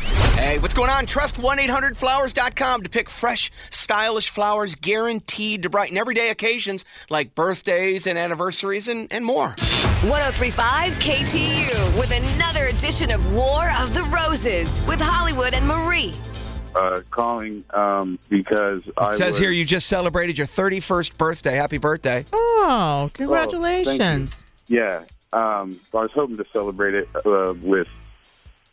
Hey, what's going on? Trust 1-800-Flowers.com to pick fresh, stylish flowers guaranteed to brighten everyday occasions like birthdays and anniversaries and, and more. 1035 KTU with another edition of War of the Roses with Hollywood and Marie. uh, calling um, because I It says was- here you just celebrated your 31st birthday. Happy birthday. Oh, Well, congratulations. thank you. yeah, um, I was hoping to celebrate it uh, with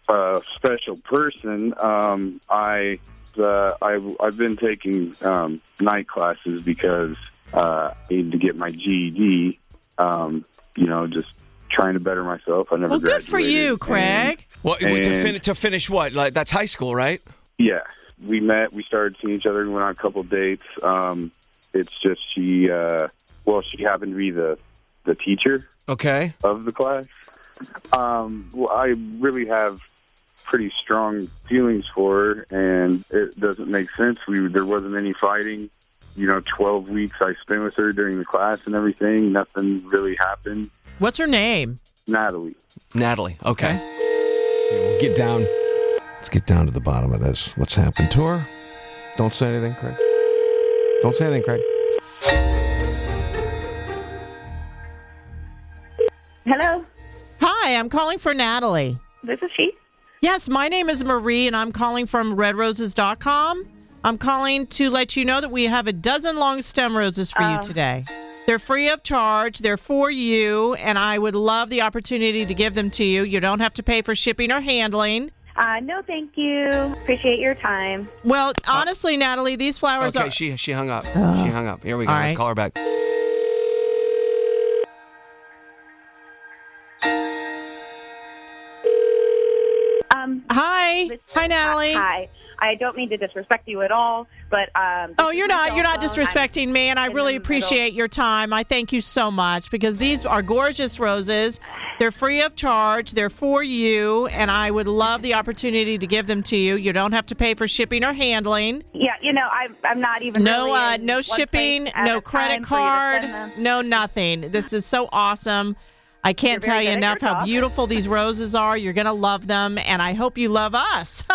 a special person. Um, I uh, I I've been taking um, night classes because uh, I need to get my GED. Um, you know, just trying to better myself. I never. well, good for graduated, you, and- Craig. Well, to, And- fin- to finish what? Like that's high school, right? Yeah, we met. We started seeing each other. We went on a couple of dates. Um, it's just she. Uh, well, she happened to be the the teacher Okay. of the class. Um, well, I really have pretty strong feelings for her, and it doesn't make sense. We there wasn't any fighting. You know, twelve weeks I spent with her during the class and everything. Nothing really happened. What's her name? Natalie. Natalie. Okay. We'll get down. Let's get down to the bottom of this. What's happened to her? Don't say anything, Craig. Don't say anything, Craig. Hello, Hi, I'm calling for Natalie. this is she. Yes, my name is Marie, and I'm calling from redroses.com. I'm calling to let you know that we have a dozen long stem roses for you today. They're free of charge, they're for you, and I would love the opportunity to give them to you. You don't have to pay for shipping or handling. Uh, no, thank you. Appreciate your time. Well, honestly, Natalie, these flowers Oh. Okay, are. she she hung up. she hung up. Here we go. Oh. all Let's right. call her back. Um, Hi. this- Hi, Natalie. Uh, Hi. I don't mean to disrespect you at all, but um. Oh, this you're is my not cell you're not phone. disrespecting me and I in really the middle. appreciate your time. I thank you so much because these are gorgeous roses. They're free of charge. They're for you and I would love the opportunity to give them to you. You don't have to pay for shipping or handling. I'm, yeah, you know, I'm. I'm not even. No really uh in no one place shipping, at no a credit time for you card, to send them. no nothing. This is so awesome. I can't You're tell very you good at enough your how job. beautiful these roses are. You're going to love them and I hope you love us.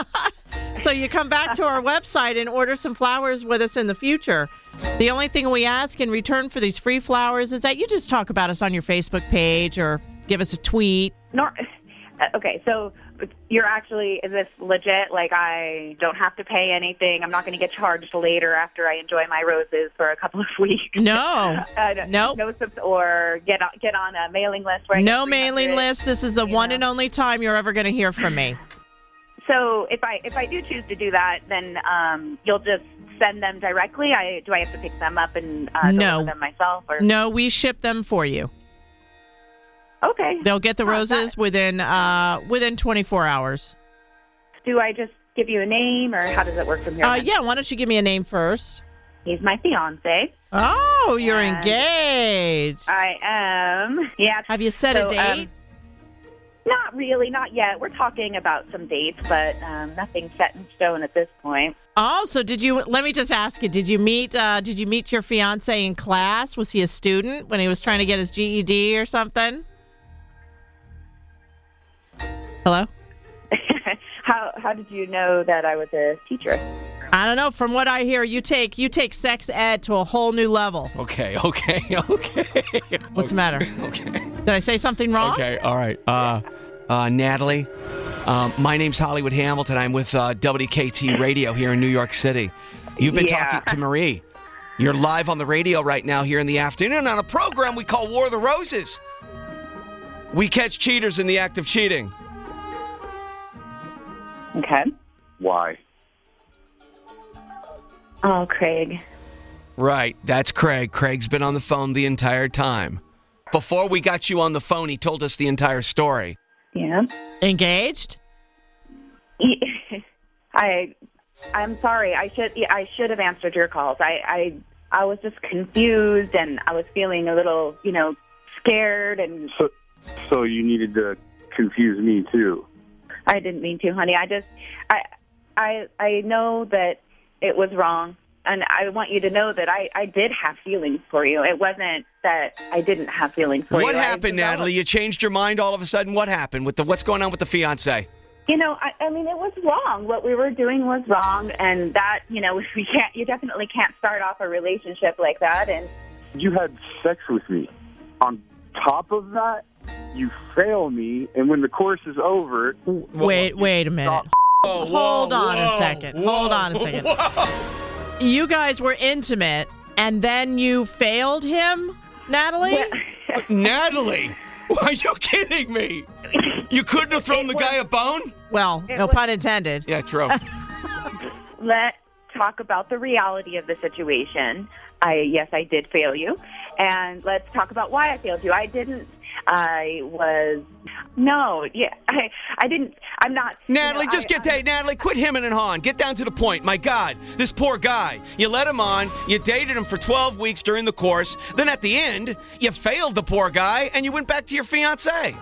So you come back to our website and order some flowers with us in the future. The only thing we ask in return for these free flowers is that you just talk about us on your Facebook page or give us a tweet. Nor, uh, okay, so you're actually is this legit? Like I don't have to pay anything. I'm not going to get charged later after I enjoy my roses for a couple of weeks. No. Uh, no, Nope. no subs- or get on, get on a mailing list where I get No mailing 300. list. This is the you one know. and only time you're ever going to hear from me. So if I if I do choose to do that, then um, you'll just send them directly. I do I have to pick them up and uh, No. deliver them myself or No, we ship them for you. okay? They'll get the Oh, roses within uh, within 24 hours. Do I just give you a name or how does it work from here? Uh, on? yeah, why don't you give me a name first? He's my fiance. Oh, you're And- uh, engaged. I am. Yeah. Have you set a So, date? um, Not really, not yet. We're talking about some dates, but um, nothing set in stone at this point. Oh, so did you? Let me just ask you: Did you meet? Uh, did you meet your fiance in class? Was he a student when he was trying to get his GED or something? Hello. how how did you know that I was a teacher? I don't know. From what I hear, you take you take sex ed to a whole new level. Okay, okay, okay. What's the matter? Okay. Did I say something wrong? Okay, all right. Uh uh Natalie. Um, my name's Hollywood Hamilton. I'm with uh, WKT Radio here in New York City. You've been Yeah. talking to Marie. You're live on the radio right now here in the afternoon on a program we call War of the Roses. We catch cheaters in the act of cheating. Okay. Why? Oh, Craig. Right, that's Craig. Craig's been on the phone the entire time. Before we got you on the phone, he told us the entire story. Yeah. Engaged? I I'm sorry. I should yeah, I should have answered your calls. I I I was just confused and I was feeling a little, you know, scared and So, so you needed to confuse me too. I didn't mean to, honey. I just I I I know that it was wrong and I want you to know that I I did have feelings for you. It wasn't that I didn't have feelings for you. What I happened, developed- Natalie? You changed your mind all of a sudden. What happened with the what's going on with the fiance? you know, I, I mean, it was wrong. What we were doing was wrong, and that, you know, we can't. You definitely can't start off a relationship like that. And You had sex with me. On top of that, you fail me, and when the course is over, Wait, wait a minute. Hold on a second. Hold on a second. You guys were intimate, and then you failed him, Natalie. Natalie, are you kidding me? You couldn't have thrown the guy a bone? Well, no was- pun intended. Yeah, true. let's talk about the reality of the situation. I yes, I did fail you, and let's talk about why I failed you. I didn't. I was no, yeah, I, I didn't. I'm not. you know, Natalie, just I- get I- that. Natalie, quit hemming and hawing. Get down to the point. My God, this poor guy. You let him on. You dated him for 12 weeks during the course. Then at the end, you failed the poor guy and you went back to your fiance.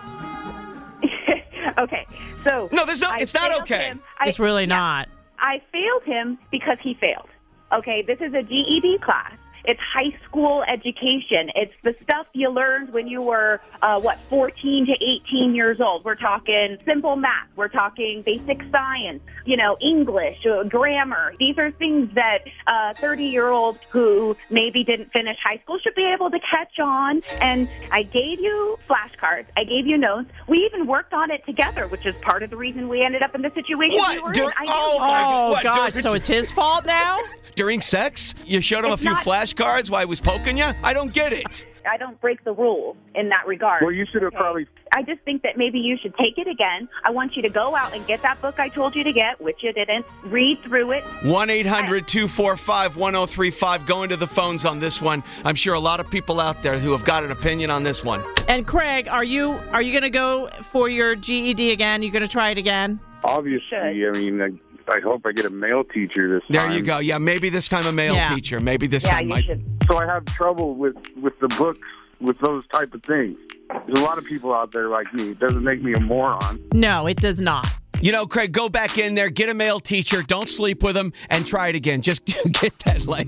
okay, so No, there's no- I it's not failed okay. him. I- it's really yeah, not. I failed him because he failed. Okay, this is a GED class. It's high school education. It's the stuff you learned when you were, uh, what, 14 to 18 years old. We're talking simple math. We're talking basic science, you know, English, uh, grammar. These are things that uh, 30 year olds who maybe didn't finish high school should be able to catch on. And I gave you flashcards. I gave you notes. We even worked on it together, which is part of the reason we ended up in the situation we were What? Dur- in. I knew oh, my Oh What, gosh, dude? so it's his fault now? During sex, you showed him It's a few not- flashcards while he was poking you? I don't get it. I don't break the rules in that regard. well, you should have probably I just think that maybe you should take it again. I want you to go out and get that book I told you to get, which you didn't. Read through it. 1 800 245 1035. Going to the phones on this one. I'm sure a lot of people out there who have got an opinion on this one. And Craig, are you are you going to go for your GED again? You going to try it again? obviously. I mean, I, I hope I get a male teacher this There time. you go. Yeah, maybe this time a male Yeah. teacher. Maybe this Yeah, time you I. should. So I have trouble with with the books with those type of things. There's a lot of people out there like me. It doesn't make me a moron. No, it does not. You know, Craig, go back in there, get a male teacher, don't sleep with him, and try it again. Just get that like,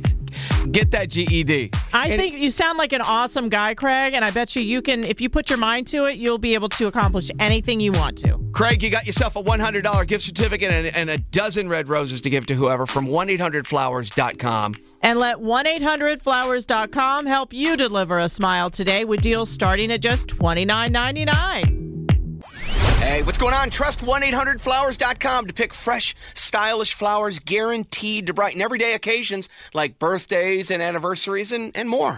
get that GED. I And- think you sound like an awesome guy, Craig, and I bet you you can if you put your mind to it, you'll be able to accomplish anything you want to. Craig, you got yourself a $100 gift certificate and, and a dozen red roses to give to whoever from 1-800-Flowers.com. And let 1-800-Flowers.com help you deliver a smile today with deals starting at just $29.99. Hey, what's going on? Trust 1-800-Flowers.com to pick fresh, stylish flowers guaranteed to brighten everyday occasions like birthdays and anniversaries and, and more.